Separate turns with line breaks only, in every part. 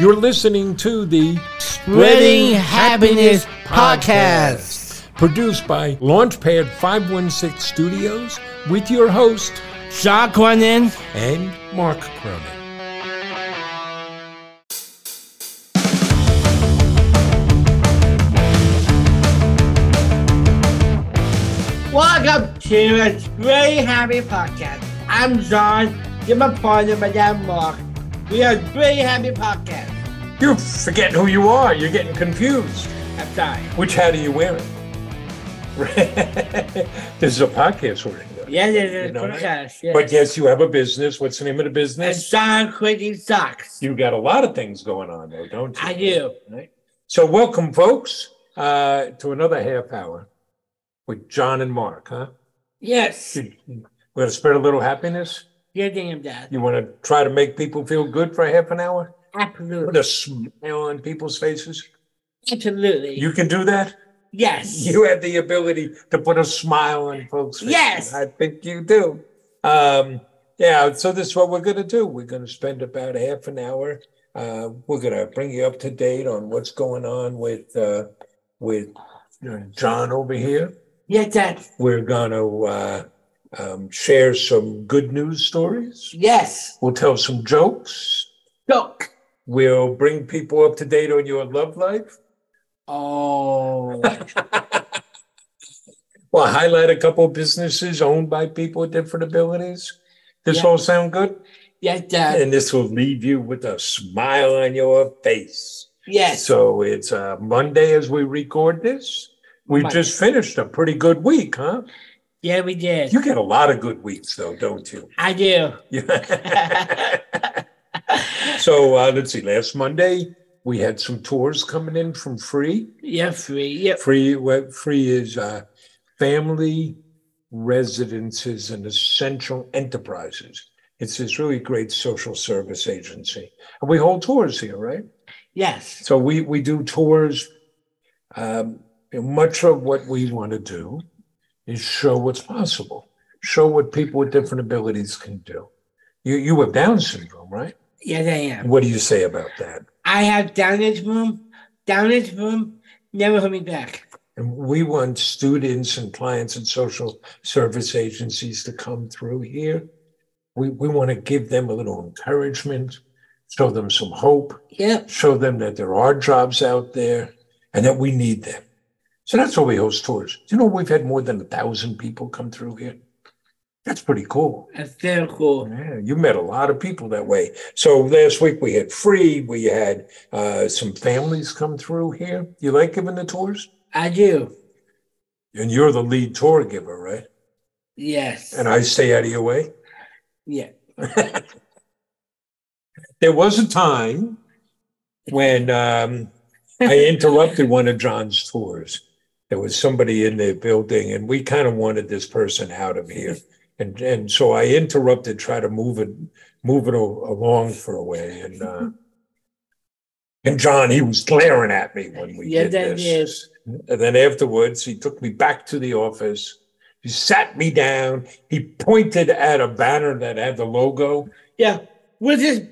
You're listening to the
Spreading Happiness Podcast.
produced by Launchpad 516 Studios with your host
Jacques Cronin.
and Mark Cronin.
Welcome to a very happy podcast. I'm John. You're my partner, my dad, Mark. We are very happy podcast.
You forget who you are. You're getting confused.
I'm sorry.
Which hat are you wearing? this is a podcast we're in.
Yeah, yeah, yeah.
You know,
podcast. Yes.
But yes, you have a business. What's the name of the
and
business?
John Quincy sucks.
You got a lot of things going on, though, don't you?
I do.
So, welcome, folks, uh, to another half hour with John and Mark, huh?
Yes.
We're going to spread a little happiness.
Good thing I'm dad.
You want to try to make people feel good for half an hour? Put
Absolutely.
a smile on people's faces.
Absolutely.
You can do that.
yes.
You have the ability to put a smile on folks' faces.
Yes.
I think you do. Um, yeah, so this is what we're going to do. We're going to spend about half an hour. Uh, we're going to bring you up to date on what's going on with uh, with uh, John over here.
yes, dad.
We're going to uh, um, share some good news stories.
Yes.
We'll tell some jokes.
Look.
We'll bring people up to date on your love life.
Oh.
We'll highlight a couple of businesses owned by people with different abilities. This
Yeah. Uh,
all sound good?
yes, dad.
And this will leave you with a smile on your face.
Yes.
So it's uh, Monday as we record this. We
Monday.
just finished a pretty good week, huh?
Yeah, we did.
You get a lot of good weeks, though, don't you?
I do.
Yeah. so uh, let's see. Last Monday, we had some tours coming in from Free.
You're free. Yep.
Free, what Free is uh, family residences and essential enterprises. It's this really great social service agency, and we hold tours here, right?
Yes.
So we we do tours. Um, and much of what we want to do is show what's possible, show what people with different abilities can do. You you have Down syndrome, right?
Yes, I am.
What do you say about that?
I have down this room, down this room, never hold me back.
And we want students and clients and social service agencies to come through here. We, we want to give them a little encouragement, show them some hope,
Yep.
show them that there are jobs out there and that we need them. So that's why we host tours. You know, we've had more than a thousand people come through here. That's pretty cool.
That's very cool.
Yeah, you met a lot of people that way. So last week we had free, we had uh, some families come through here. You like giving the tours?
I do.
And you're the lead tour giver, right?
Yes.
And I stay out of your way.
yeah.
There was a time when um, I interrupted one of John's tours. There was somebody in the building, and we kind of wanted this person out of here. And and so I interrupted, try to move it move it al- along for a way. And uh, and John, he was glaring at me when we
Yeah,
did
that
this.
is.
And then afterwards, he took me back to the office. He sat me down. He pointed at a banner that had the logo.
Yeah. What's this?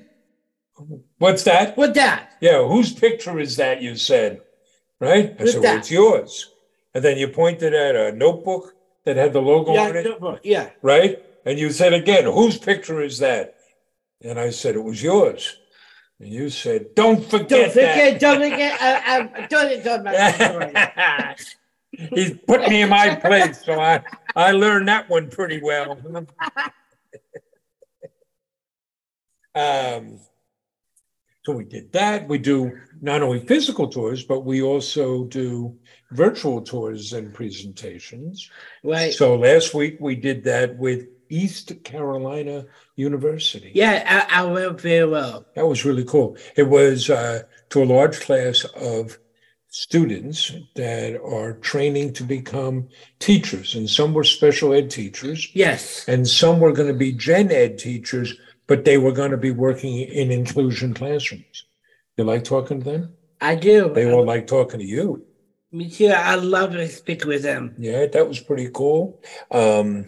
What's that?
What that?
Yeah, whose picture is that? You said, right? I
Who's
said,
that?
well, it's yours. And then you pointed at a notebook that had the logo
Yeah,
on it,
notebook. Yeah.
right? And you said again, whose picture is that? And I said, it was yours. And you said, don't forget, that.
Don't forget, don't forget. I, I, don't talk about that story.
He's put me in my place, so I, I learned that one pretty well. um, so we did that. We do not only physical tours, but we also do virtual tours and presentations.
Right.
So last week we did that with East Carolina University.
Yeah, I, I will very well.
That was really cool. It was uh, to a large class of students that are training to become teachers, and some were special ed teachers,
Yes.
and some were going to be gen ed teachers, but they were going to be working in inclusion classrooms. You like talking to them?
I do.
They all like talking to you.
Me too. I love to speak with them.
Yeah, that was pretty cool. Um,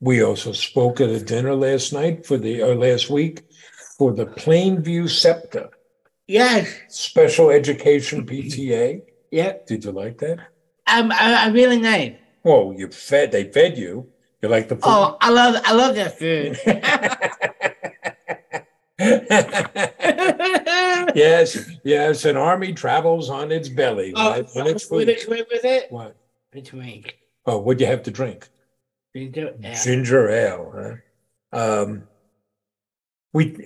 we also spoke at a uh, dinner last night for the or last week for the Plainview SEPTA.
Yes.
Special Education PTA.
Yep.
Did you like that?
I'm, I, I'm really nice.
Well, you fed. They fed you. You like the food.
Oh, I love I love that food.
yes, yes. An army travels on its belly.
oh,
right? On its
with
food.
it, with with it.
What?
A drink.
Oh, what'd you have to drink?
Drink it, yeah.
ginger ale. Huh? Um, we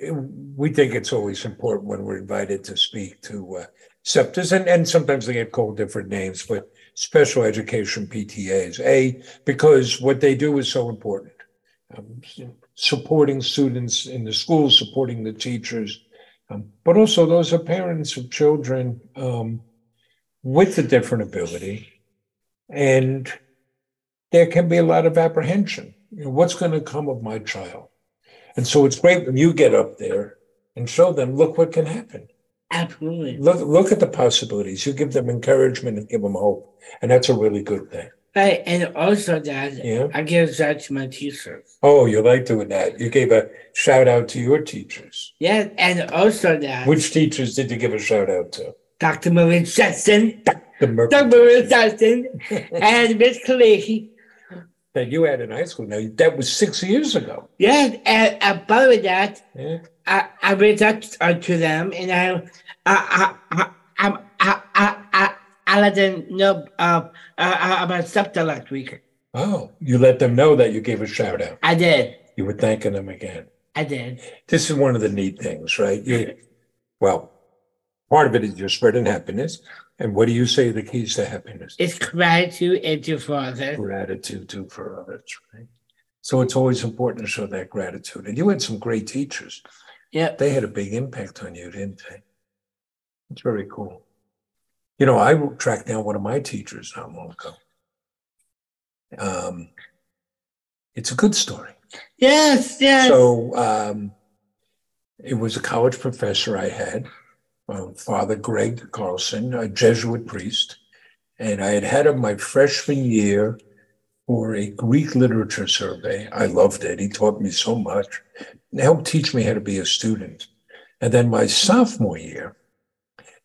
we think it's always important when we're invited to speak to uh, SEPTAs, and, and sometimes they get called different names, but special education PTAs. A because what they do is so important. Um, supporting students in the schools, supporting the teachers, um, but also those are parents of children um, with a different ability, and there can be a lot of apprehension. You know, what's going to come of my child? And so it's great when you get up there and show them, look what can happen.
Absolutely.
Look, look at the possibilities. You give them encouragement and give them hope. And that's a really good thing.
Right, and also that
Yeah.
I give that to my teachers.
Oh, you like doing that. You gave a shout out to your teachers.
Yeah, and also that
Which teachers did you give a shout out to?
Dr. Marie Jackson,
The Merck
Dr. Marie Jackson, and Miss Kaliki.
that you had in high school. Now, that was six years ago.
Yes, and above that,
Yeah.
I, I reached out to- to them and I, I, I, I, I, I, I, I, I let them know uh, uh, about something last week.
Oh, you let them know that you gave a shout out.
I did.
You were thanking them again.
I did.
this is one of the neat things, right? You, well, part of it is you're spreading happiness. And what do you say are the keys to happiness?
It's gratitude and to father.
Gratitude too for others, right? So it's always important to show that gratitude. And you had some great teachers.
Yep.
They had a big impact on you, didn't they? It's very cool. You know, I tracked down one of my teachers not long ago. Um, it's a good story.
Yes, yes.
So um, it was a college professor I had, uh, Father Greg Carlson, a Jesuit priest, and I had had him my freshman year for a Greek literature survey. I loved it. He taught me so much. It helped teach me how to be a student. And then my sophomore year,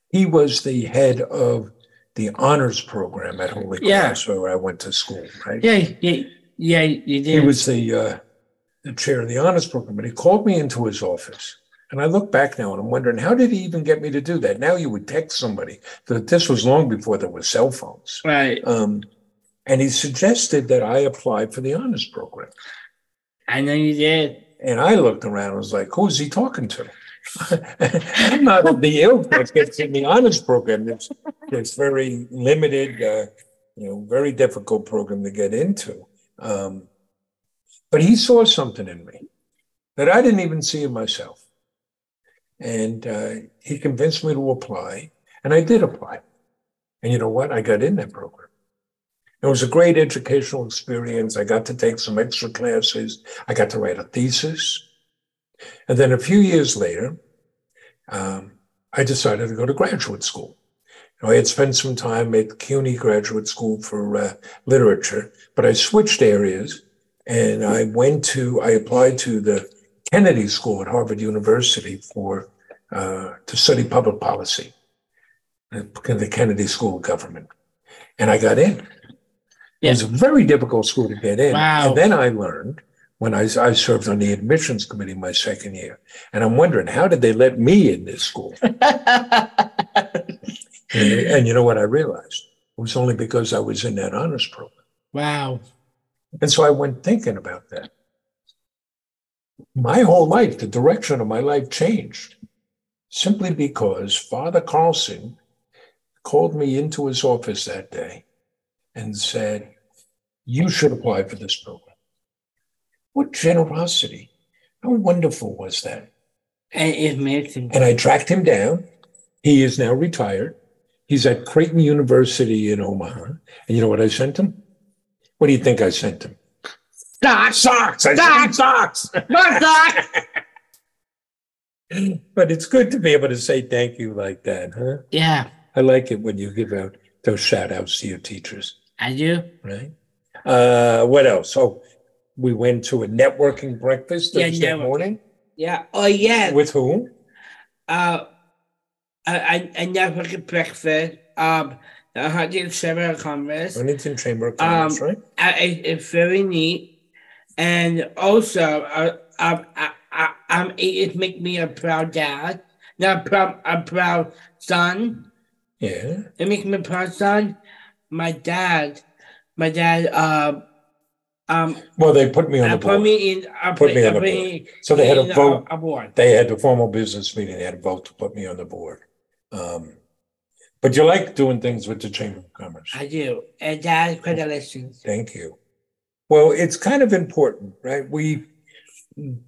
he was the head of the honors program at Holy
Yeah.
Cross, where I went to school, right?
yeah, yeah, yeah, you
he
did.
was the uh, the chair of the honors program, and he called me into his office. And I look back now, and I'm wondering how did he even get me to do that? Now you would text somebody. That this was long before there were cell phones.
right.
Um, and he suggested that I apply for the honors program.
I know you did.
And I looked around and was like, who's he talking to? I'm not of the ilk that gets in the honors program. It's, it's very limited, uh, you know, very difficult program to get into. Um, but he saw something in me that I didn't even see in myself. And uh, he convinced me to apply, and I did apply. And you know what? I got in that program. It was a great educational experience. I got to take some extra classes. I got to write a thesis. And then a few years later, um, I decided to go to graduate school. You know, I had spent some time at CUNY Graduate School for uh, Literature, but I switched areas and I went to, I applied to the Kennedy School at Harvard University for, uh, to study public policy, uh, the Kennedy School of Government. And I got in. It was a very difficult school to get in.
Wow.
And then I learned when I, I served on the admissions committee my second year. And I'm wondering, how did they let me in this school? And, and you know what I realized? It was only because I was in that honors program.
wow.
And so I went thinking about that. My whole life, the direction of my life changed simply because Father Carlson called me into his office that day and said, You should apply for this program. What generosity! How wonderful was that?
And it makes him.
and I tracked him down. He is now retired. He's at Creighton University in Omaha. And you know what I sent him? What do you think I sent him?
Stop!
Socks. I sent him socks.
Not that!
But it's good to be able to say thank you like that, huh?
Yeah,
I like it when you give out those shout outs to your teachers,
I do.
right? Uh, what else? Oh, we went to a networking breakfast
Yeah,
Thursday
networking.
morning.
Yeah. Oh, yeah.
With whom?
Uh, I, I, I never get breakfast. Um, I had it several Congress.
Huntington Chamber of Commerce,
Um,
right?
I, it, it's very neat. And also, uh, um, I, I, I'm, it make me a proud dad, not proud, a proud son.
Yeah.
It makes me a proud son. My dad, my dad, uh, um,
Well, they put me on
I
the
put
board.
me in. I
Put me on the
I put
board.
in-
So they had a
in uh,
vote.
A, a board.
They had a formal business meeting. They had a vote to put me on the board. Um, but you like doing things with the Chamber of Commerce.
I do, and that is congratulations.
Thank you. Well, it's kind of important, right? We,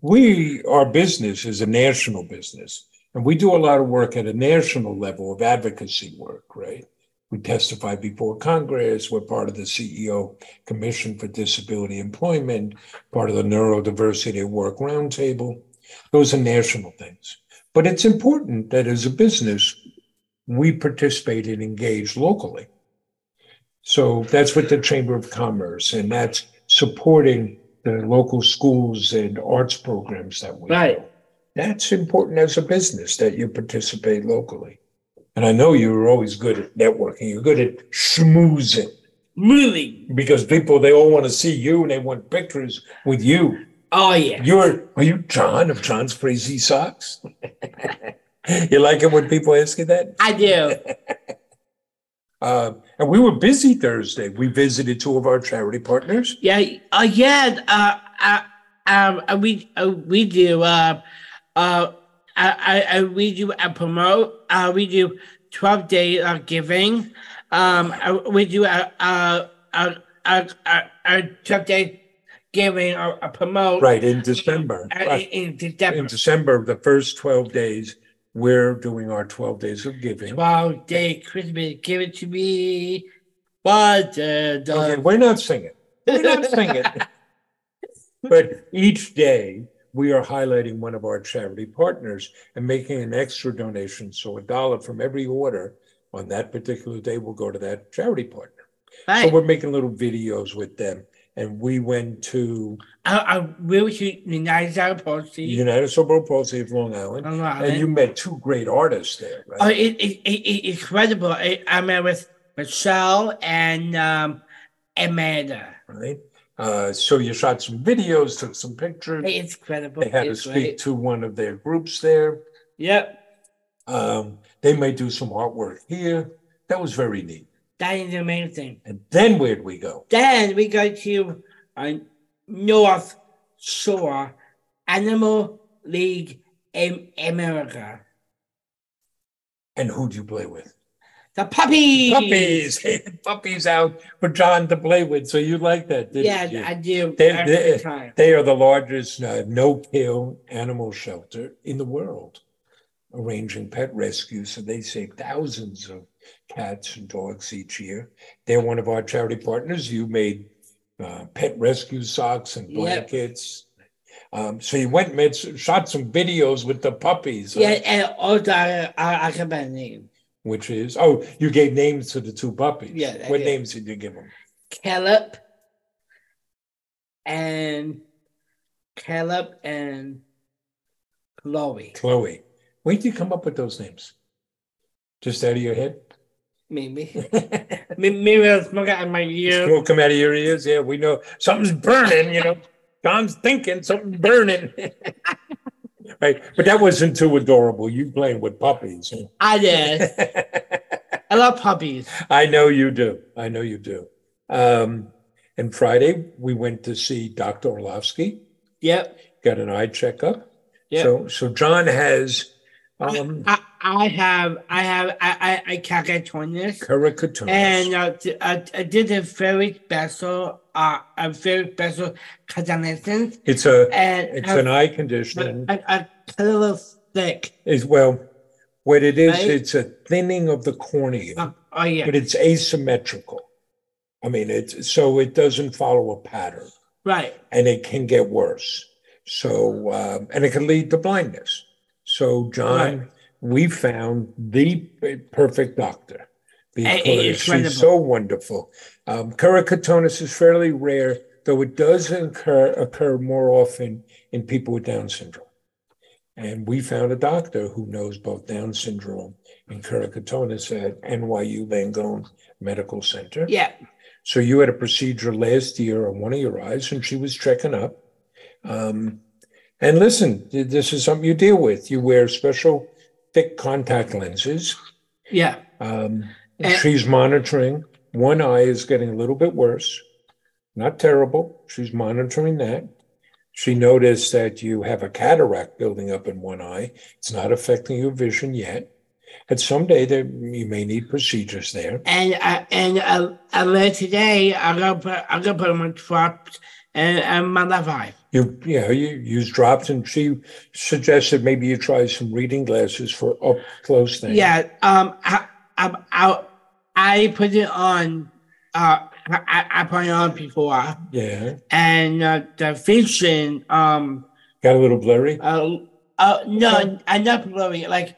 we, our business is a national business, and we do a lot of work at a national level of advocacy work, right? We testify before Congress. We're part of the E CEO Commission for Disability Employment, part of the Neurodiversity at Work Roundtable. Those are national things. But it's important that as a business, we participate and engage locally. So that's what the Chamber of Commerce and that's supporting the local schools and arts programs that we
Right.
do. That's important as a business that you participate locally. And I know you're always good at networking. You're good at schmoozing
Really?
because people they all want to see you and they want pictures with you.
Oh yeah.
You're are you John of John's Crazy Socks? you like it when people ask you that?
I do.
Uh, and we were busy Thursday. We visited two of our charity partners.
Yeah. Uh, yeah. Uh, uh, um, uh, we uh, we do. Uh, uh, I, I, I we do a promote. Uh, we do twelve day of giving. Um, uh, we do a a a a, a, a uh, twelve day giving or a promote.
Right in December.
uh,
Right.
In, in December.
In December, the first 12 days, we're doing our 12 days of giving.
Twelve day Christmas, give it to me. What the
Okay, we're not singing. We're not singing. but each day, we are highlighting one of our charity partners and making an extra donation. So a dollar from every order on that particular day will go to that charity partner. So
Right.
we're making little videos with them. And we went to
I, I will shoot the nice out
the
posty.
United Sober Palsy of Long Island.
I'm not-
And you met two great artists there,
Oh,
right?
it, it, it, it- it's incredible. I, I met with Michelle and um, Amanda.
right? Uh, so you shot some videos, took some pictures.
It's incredible.
They had to
it's
speak
great.
to one of their groups there.
Yep.
Um, they may do some artwork here. That was very neat.
That is amazing.
And then where'd we go?
Then we go to uh, North Shore Animal League in America.
And who'd you play with?
The puppies.
Puppies, puppies out for John to play with. So you like that, didn't
Yeah,
you?
I do
They-
every
they-
time.
They are the largest uh, no-kill animal shelter in the world, arranging pet rescue. So they save thousands of cats and dogs each year. They're one of our charity partners. You made uh, pet rescue socks and
Yep.
blankets. Um, so you went, and made, s- shot some videos with the puppies, huh?
Yeah, and also I, I, I can buy a name.
which is oh, you gave names to the two puppies.
Yeah, I
what
did.
names did you give them?
Caleb and Caleb and Chloe.
Chloe. Where did you come up with those names? Just out of your head?
Maybe. Maybe I was smoking out of my ear.
smoke come out of your ears. Yeah, we know something's burning, you know. John's thinking something's burning. right. But that wasn't too adorable. You playing with puppies.
I did. I love puppies.
I know you do. I know you do. Um, and Friday, we went to see Dr. Orlovsky,
Yep.
got an eye checkup.
Yeah.
So, so John has um,
I, I have, I have, I, I, I can't get this.
keratoconus.
And uh, t- uh, t- I did a very special, uh, a very special condolence.
it's a
And
it's
I-
an eye condition.
I, I cut a little thick.
Is well, what it is,
Right.
it's a thinning of the cornea.
Oh, oh, yeah.
but it's asymmetrical. I mean, it's so it doesn't follow a pattern
Right.
and it can get worse. So, um, and it can lead to blindness. So, John,
Right.
we found the p- perfect doctor because
And it's
she's
incredible.
so wonderful. Um, keratoconus is fairly rare, though it does occur, occur more often in people with Down syndrome. And we found a doctor who knows both Down syndrome and keratoconus at NYU Langone Medical Center.
Yeah.
So you had a procedure last year on one of your eyes, and she was checking up. Um, and listen, th- this is something you deal with. You wear special thick contact lenses.
Yeah.
Um,
Eh.
she's monitoring. One eye is getting a little bit worse, not terrible. She's monitoring that. She noticed that you have a cataract building up in one eye. It's not affecting your vision yet. And someday there, you may need procedures there.
And uh, and uh, uh, later today, I'm gonna put I'm gonna put them on drops and and uh, um, my left eye.
You, you know, you use drops, and she suggested maybe you try some reading glasses for up close things.
Yeah. Um. I, I I I put it on. Uh. I, I put it on before,
yeah.
and uh, the vision. Um.
Got a little blurry.
Uh. uh no. I not blurry. Like.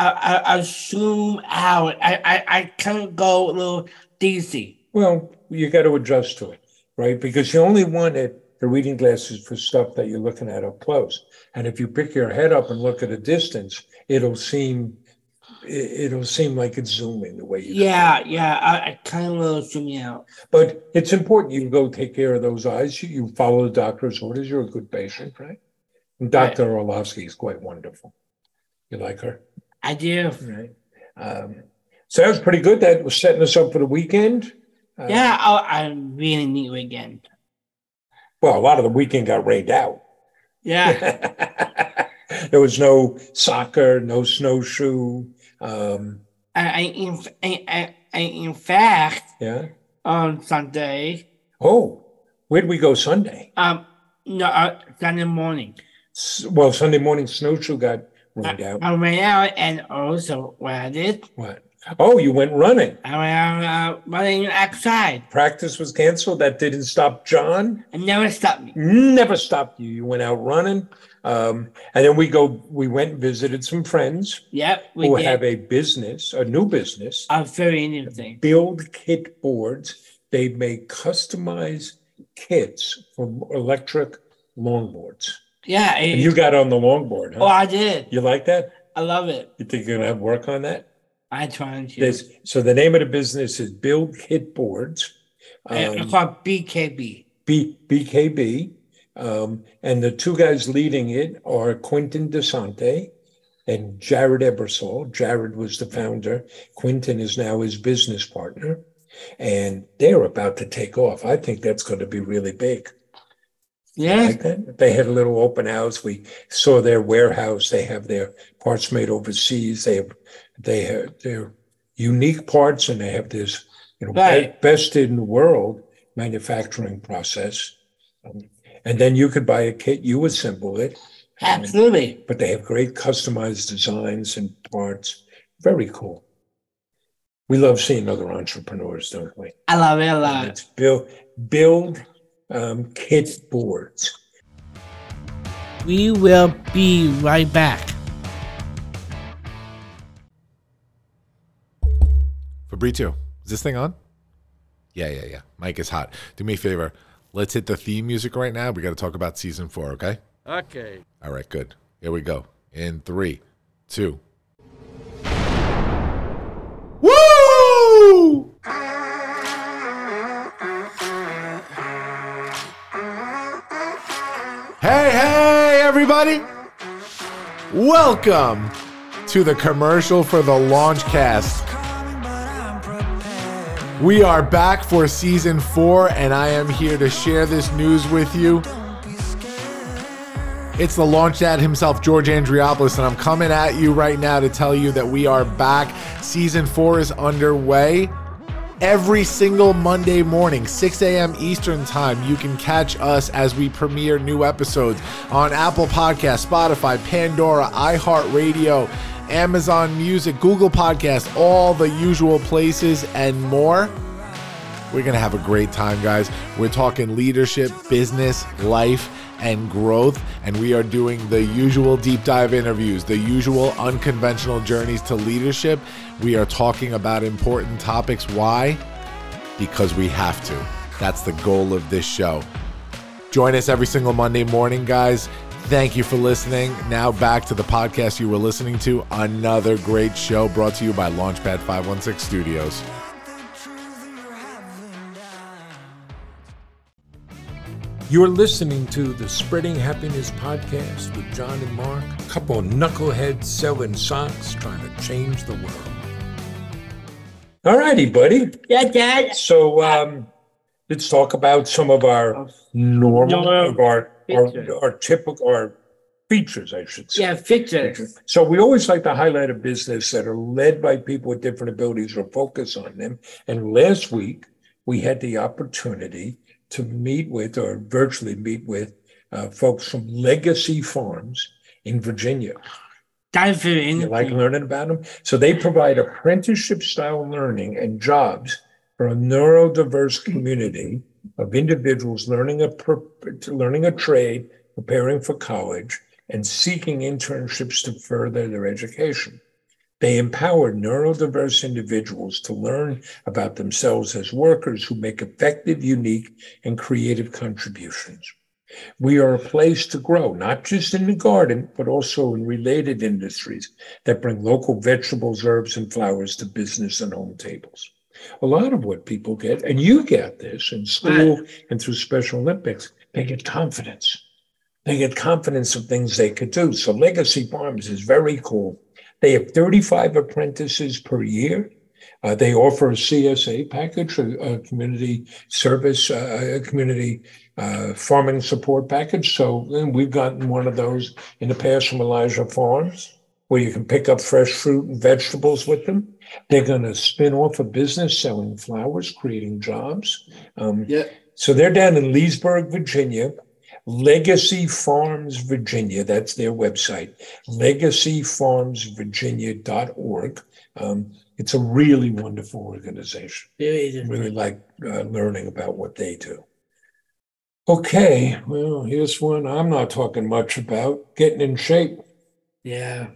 I, I, I zoom out. I, I, I kind of go a little dizzy.
Well, you got to adjust to it, right? Because you only wanted the reading glasses for stuff that you're looking at up close. And if you pick your head up and look at a distance, it'll seem it- it'll seem like it's zooming the way you.
Yeah, yeah. I, I kind of little zooming out.
But it's important you go take care of those eyes. You, you follow the doctor's orders. You're a good patient, right? And Dr. Orlovsky is quite wonderful. You like her,
I do.
right? Um, so that was pretty good. That was setting us up for the weekend. Uh,
Yeah, I, I really need weekend.
Well, a lot of the weekend got rained out.
Yeah,
there was no soccer, no snowshoe. Um,
I, I, in, I, I, I in fact
yeah.
on Sunday,
Oh, where'd we go Sunday?
um, no, uh, Sunday morning,
S- well, Sunday morning snowshoe got rained out.
I went out and also what I did,
What? Oh, you went running.
I went out uh, running outside.
Practice was canceled. That didn't stop John.
It never stopped me.
Never stopped you. You went out running. Um, and then we go. We went and visited some friends
Yep, we
who
did.
Oh, have a business, a new business.
a very interesting.
build kit boards. They make customized kits for electric longboards.
Yeah,
And
it,
you got on the longboard, huh?
oh, I did.
you like that?
I love it.
You think you're gonna have work on that?
I tried to.
There's, so the name of the business is Build Kit Boards,
it's
um,
called BKB.
B, BKB, um, and the two guys leading it are Quentin Desante and Jared Ebersol. Jared was the founder. Quentin is now his business partner, and they're about to take off. I think that's going to be really big.
Yeah,
Like that. They had a little open house. We saw their warehouse. They have their parts made overseas. They have they have their unique parts and they have this you know
Right.
be- best in the world manufacturing process. Um, and then you could buy a kit, you assemble it. Um,
absolutely.
But they have great customized designs and parts. Very cool. We love seeing other entrepreneurs, don't we?
I love it a lot.
It's build build um, kit boards.
We will be right back.
Fabrizio, is this thing on? Yeah, yeah, yeah. Mike is hot. Do me a favor. Let's hit the theme music right now. We got to talk about season four, okay?
Okay.
All right, good. Here we go. In three, two. Woo! Hey, hey, everybody! Welcome to the commercial for the launch cast. We are back for season four, and I am here to share this news with you. It's the launch dad himself, George Andriopoulos, and I'm coming at you right now to tell you that we are back. Season four is underway. Every single Monday morning, 6 a.m. Eastern Time, you can catch us as we premiere new episodes on Apple Podcasts, Spotify, Pandora, iHeartRadio, Amazon Music, Google Podcasts, all the usual places, and more. We're going to have a great time, guys. We're talking leadership, business, life, and growth. And we are doing the usual deep dive interviews, the usual unconventional journeys to leadership. We are talking about important topics. Why? Because we have to. That's the goal of this show. Join us every single Monday morning, guys. Thank you for listening. Now back to the podcast you were listening to. Another great show brought to you by Launchpad 516 Studios.
You're listening to the Spreading Happiness podcast with John and Mark, a couple of knuckleheads selling socks trying to change the world. All righty, buddy.
Yeah, Dad.
So um, let's talk about some of our normal,
Normal
of our,
features.
our, our typical, our features, I should say.
Yeah, Victor.
So we always like to highlight a business that are led by people with different abilities or focus on them. And last week we had the opportunity to meet with or virtually meet with uh, folks from Legacy Farms in Virginia.
Dive in.
You like learning about them? So they provide apprenticeship style learning and jobs for a neurodiverse community of individuals learning a per- learning a trade, preparing for college, and seeking internships to further their education. They empower neurodiverse individuals to learn about themselves as workers who make effective, unique, and creative contributions. We are a place to grow, not just in the garden, but also in related industries that bring local vegetables, herbs, and flowers to business and home tables. A lot of what people get, and you get this in school and through Special Olympics, they get confidence. They get confidence of things they could do. So Legacy Farms is very cool. They have 35 apprentices per year. Uh, they offer a CSA package, a, a community service, uh, a community uh, farming support package. So and we've gotten one of those in the past from Elijah Farms, where you can pick up fresh fruit and vegetables with them. They're going to spin off a business selling flowers, creating jobs. Um,
Yeah.
So they're down in Leesburg, Virginia. Legacy Farms Virginia, that's their website, legacyfarmsvirginia.org. Um, it's a really wonderful organization really like uh, learning about what they do. Okay, well, here's one I'm not talking much about getting in shape.
Yeah.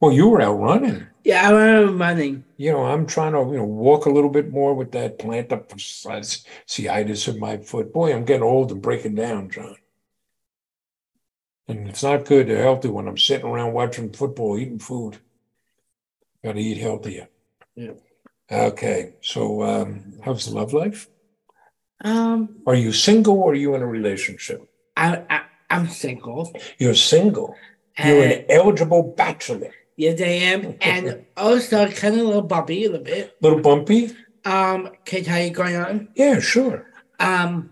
Well, you were out running.
Yeah, I'm running.
You know, I'm trying to you know walk a little bit more with that plantar fasciitis uh, in my foot. Boy, I'm getting old and breaking down, John. And it's not good to healthy when I'm sitting around watching football, eating food. Got to eat healthier.
Yeah.
Okay, so um, how's the love life?
Um,
Are you single or are you in a relationship?
I, I, I'm single.
You're single. You're
And,
an eligible bachelor.
yes, I am. And also, kind of a little bumpy a little bit.
Little bumpy?
Um, can I tell you going on?
Yeah, sure.
Um,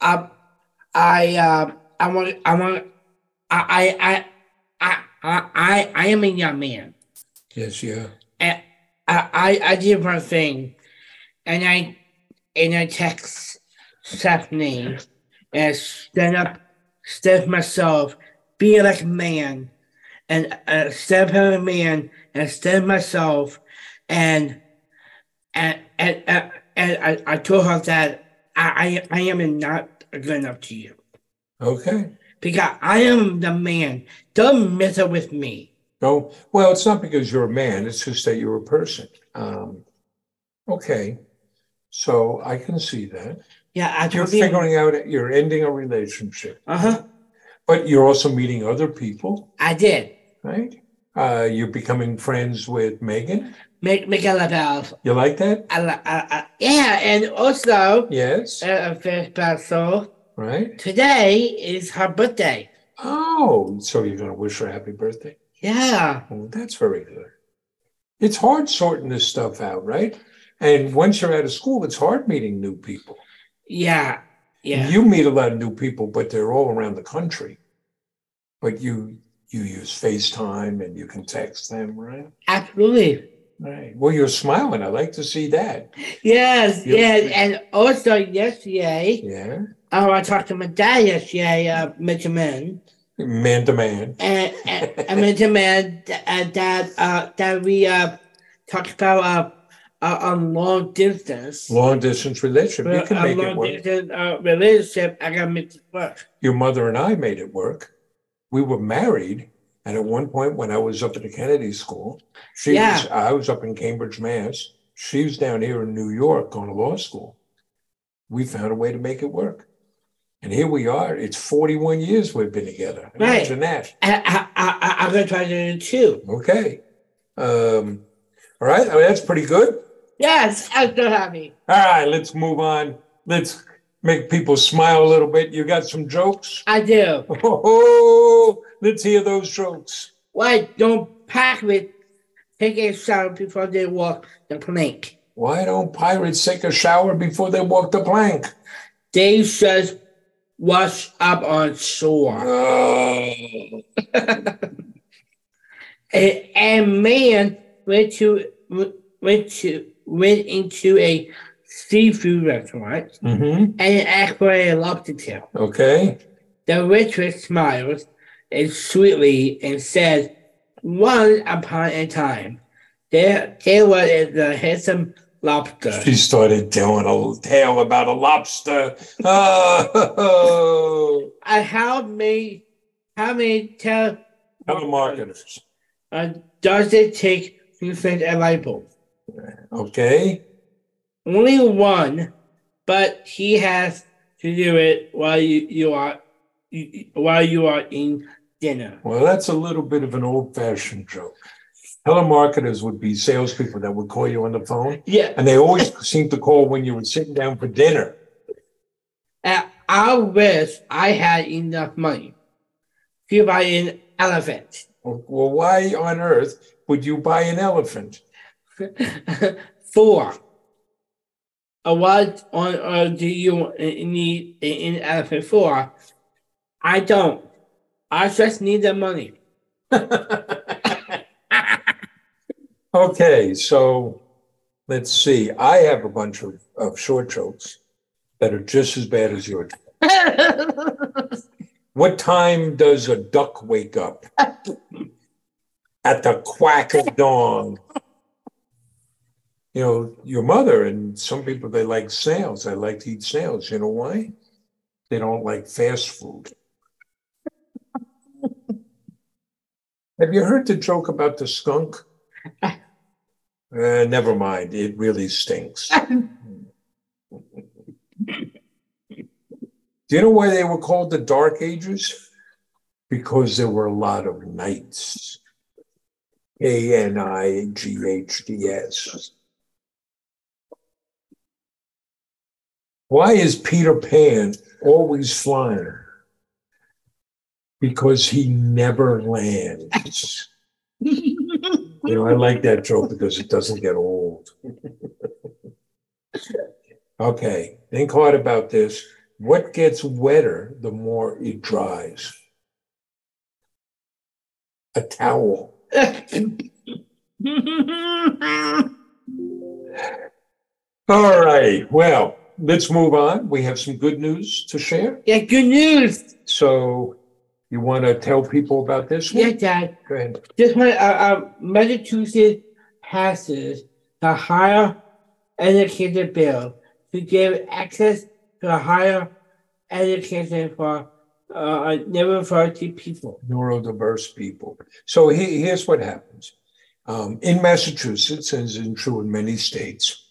um, I, um, I want, I want, I, I, I, I, I, I am a young man.
Yes, yeah.
And I, I, I did one thing, and I, and I text Stephanie, and stand up, step myself, be like a man, and uh, step like a man, and step myself, and and and, and, and I, I told her that I, I, I am not good enough to you
Okay.
because I am the man. Don't mess up with me.
No, well, it's not because you're a man, it's just that you're a person. Um, okay. So I can see that.
Yeah, I
You're
told
figuring out you're ending a relationship,
Uh huh.
but you're also meeting other people,
I did.
right? Uh, you're becoming friends with Megan.
Make make a lapel.
You like that?
I, li- I, I, yeah, and also
Yes.
uh, very special.
Right?
Today is her birthday.
Oh, so you're going to wish her happy birthday?
Yeah,
Well, that's very good. It's hard sorting this stuff out, right? And once you're out of school, it's hard meeting new people.
yeah, yeah.
You meet a lot of new people, but they're all around the country. But you you use FaceTime and you can text them, right?
Absolutely.
Right. Well, you're smiling. I like to see that.
Yes,
Yeah.
yes, and also yesterday,
Yeah.
oh, I talked to my dad yesterday, uh, Mr. Man,
Man to man.
and and, and Mr. Man, uh, that uh, that we uh talked about uh, uh on long distance, Uh,
Long distance relationship. You can
a
make it
long
work.
distance uh, relationship. I gotta make this work.
Your mother and I made it work. We were married. And at one point when I was up at the Kennedy School, she
Yeah.
was I was up in Cambridge, Mass. She was down here in New York going to law school. We found a way to make it work. And here we are. It's 41 years we've been together.
Right.
Imagine that.
I, I, I, I'm going to try to do two.
Okay. Um, all right. I mean, that's pretty good.
Yes, I'm so happy.
All right. Let's move on. Let's make people smile a little bit. You got some jokes?
I do.
Oh, let's hear those jokes.
Why don't Pac-Man take a shower before they walk the plank?
Why don't pirates take a shower before they walk the plank?
They just wash up on shore.
Oh,
A, a man went to went to went into a seafood restaurant
Mhm.
and asked for a lobster tail.
okay.
The waitress smiled and sweetly and said, "Once upon a time, there there was a handsome lobster."
She started telling a tale about a lobster. Oh,
I Uh, how many how many tel-
telemarketers.
uh, does it take to send a light bulb?
Okay.
Only one, but he has to do it while you, you are you, while you are in dinner.
Well, that's a little bit of an old fashioned joke. Telemarketers would be salespeople that would call you on the phone,
Yeah,
and they always seem to call when you were sitting down for dinner.
uh, I wish I had enough money to buy an elephant.
Well, why on earth would you buy an elephant?
Four. Uh, what on earth do you need an elephant for? I don't. I just need the money.
Okay, so let's see. I have a bunch of, of short jokes that are just as bad as yours. What time does a duck wake up? At the quack of dawn. You know, your mother and some people, they like snails. They like to eat snails. You know why? They don't like fast food. Have you heard the joke about the skunk? Uh, never mind. It really stinks. Do you know why they were called the Dark Ages? Because there were a lot of knights. A N I G H D S. Why is Peter Pan always flying? Because he never lands. You know, I like that joke because it doesn't get old. okay, think hard about this. What gets wetter the more it dries? A towel. All right, well, let's move on. We have some good news to share.
yeah, good news.
So, you want to tell people about this? one?
Yeah, Dad.
Go ahead.
This one, uh, uh, Massachusetts passes the higher education bill to give access to higher education for uh, neurodiverse people.
neurodiverse people. So he- here's what happens. Um, in Massachusetts, as in true in many states,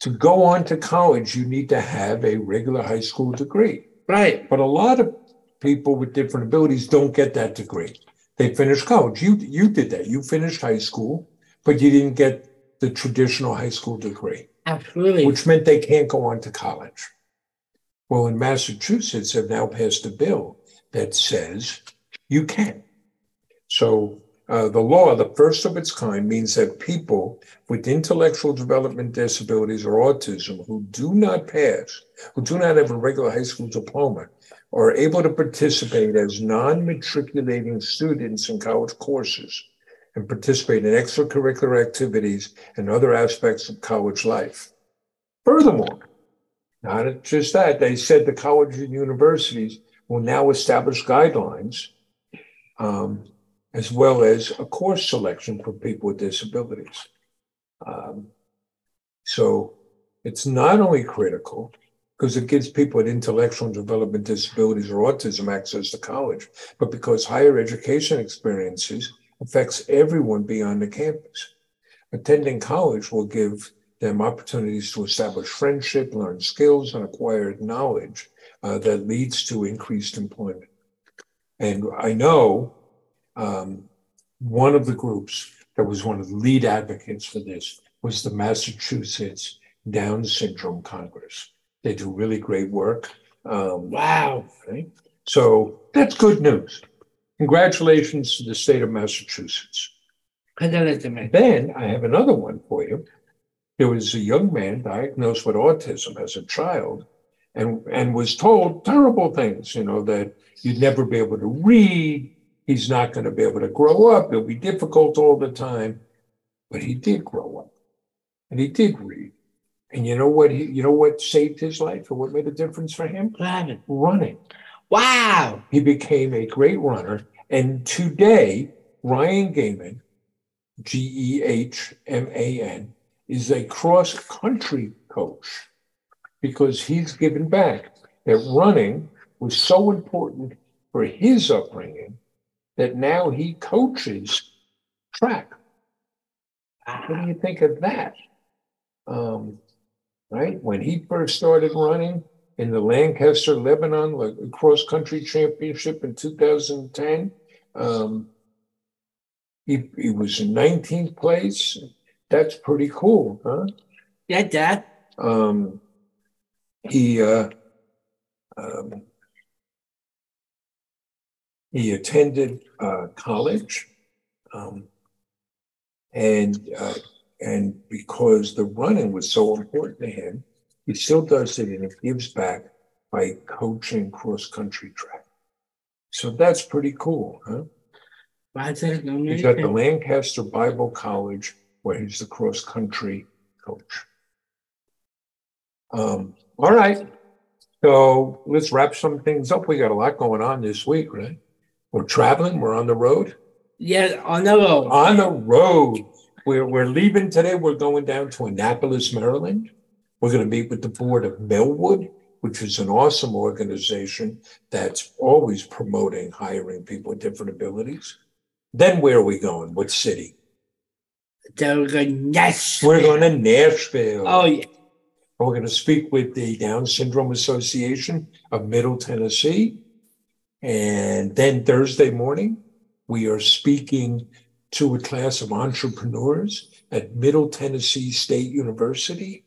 to go on to college, you need to have a regular high school degree.
Right.
But a lot of people with different abilities don't get that degree. They finish college. You you did that. You finished high school, but you didn't get the traditional high school degree
Absolutely.
which meant they can't go on to college. Well, in Massachusetts, they've now passed a bill that says you can. So uh, the law, the first of its kind, means that people with intellectual development disabilities or autism who do not pass, who do not have a regular high school diploma, are able to participate as non matriculating students in college courses and participate in extracurricular activities and other aspects of college life. Furthermore, not just that, they said the colleges and universities will now establish guidelines um, as well as a course selection for people with disabilities. Um, so it's not only critical because it gives people with intellectual and development disabilities or autism access to college, but because higher education experiences affects everyone beyond the campus. Attending college will give them opportunities to establish friendship, learn skills, and acquire knowledge uh, that leads to increased employment. And I know um, one of the groups that was one of the lead advocates for this was the Massachusetts Down Syndrome Congress. They do really great work. Um, wow. Right? So that's good news. Congratulations to the state of Massachusetts. And then I have another one for you. There was a young man diagnosed with autism as a child and, and was told terrible things, you know, that you'd never be able to read. He's not going to be able to grow up. It'll be difficult all the time. But he did grow up and he did read. And you know what? He, you know what saved his life or what made a difference for him?
Planet.
Running.
Wow.
He became a great runner. And today, Ryan Gaiman, G E H M A N, is a cross country coach because he's given back that running was so important for his upbringing that now he coaches track. What do you think of that? Um, right? When he first started running in the Lancaster, Lebanon like, cross country championship in 2010, um, he, he was in 19th place. That's pretty cool, huh?
Yeah, Dad.
Um, he uh, um, he attended uh, college, um, and uh, and because the running was so important to him, he still does it and he gives back by coaching cross country track. So that's pretty cool, huh?
Wow, that's
He's at the Lancaster Bible College, where he's the cross country coach. Um, all right. So let's wrap some things up. We got a lot going on this week, right? We're traveling, we're on the road.
Yeah, on the road.
On the road. We're, we're leaving today. We're going down to Annapolis, Maryland. We're going to meet with the board of Millwood, which is an awesome organization that's always promoting hiring people with different abilities. Then where are we going? What city?
Then we're going yes.
We're going to Nashville.
Oh yeah.
And We're going to speak with the Down Syndrome Association of Middle Tennessee. And then Thursday morning, we are speaking to a class of entrepreneurs at Middle Tennessee State University.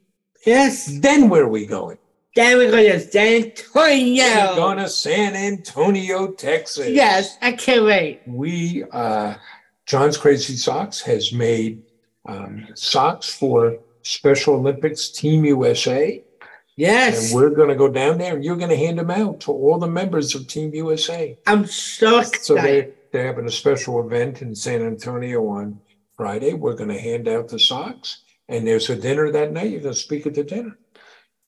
Yes.
Then where are we going?
Then we're going to San
We're going
Antonio.
to San Antonio, Texas.
Yes, I can't wait.
we uh, John's Crazy Socks has made um, socks for Special Olympics Team USA, and
Yes.
we're going to go down there, and you're going to hand them out to all the members of Team USA.
I'm so
So
excited.
they they're having a special event in San Antonio on Friday. We're going to hand out the socks, and there's a dinner that night. You're going to speak at the dinner.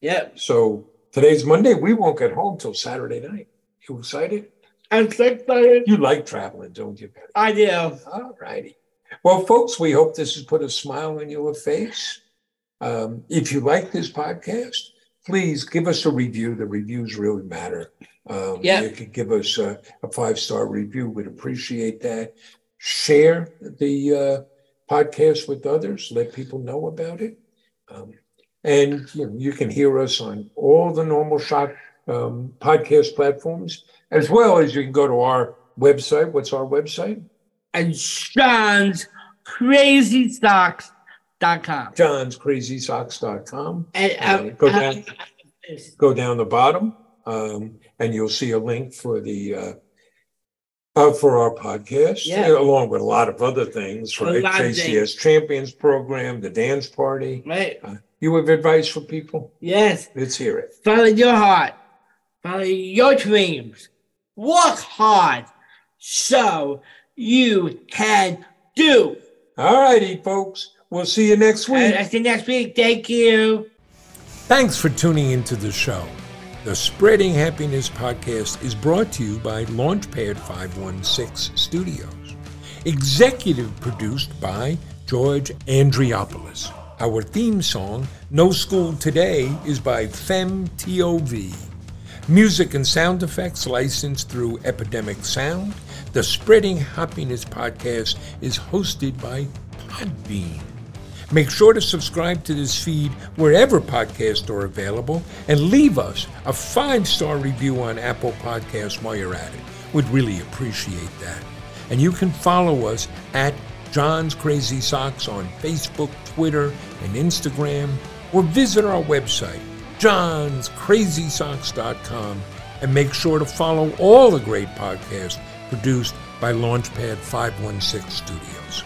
Yep.
So today's Monday. We won't get home till Saturday night. You excited?
I'm so excited.
You like traveling, don't you? Patty?
I do.
All righty. Well, folks, we hope this has put a smile on your face. Um, if you like this podcast, please give us a review. The reviews really matter. Um,
Yeah.
You could give us a, a five star review, we'd appreciate that. Share the uh, podcast with others, let people know about it. Um, and you, know, you can hear us on all the normal shot um, podcast platforms, as well as you can go to our website. What's our website?
And Sean's crazysocks.com.
johnscrazysocks.com.
And um,
Go
uh,
down. Go down the bottom, um, and you'll see a link for the uh, uh, for our podcast,
Yeah.
along with a lot of other things,
A
right?
lot of
JCS Champions Program, the dance party. Uh,
right.
You have advice for people?
Yes.
Let's hear it.
Follow your heart. Follow your dreams. Work hard so you can do.
All righty, folks. We'll see you next
And I see you next week. Thank you.
Thanks for tuning into the show. The Spreading Happiness podcast is brought to you by Launchpad 516 Studios, executive produced by George Andriopoulos. Our theme song, No School Today, is by FemTOV. Music and sound effects licensed through Epidemic Sound. The Spreading Happiness podcast is hosted by Podbean. Make sure to subscribe to this feed wherever podcasts are available and leave us a five star review on Apple Podcasts while you're at it. We'd really appreciate that. And you can follow us at John's Crazy Socks on Facebook, Twitter, and Instagram, or visit our website, johnscrazysocks.com, and make sure to follow all the great podcasts produced by Launchpad 516 Studios.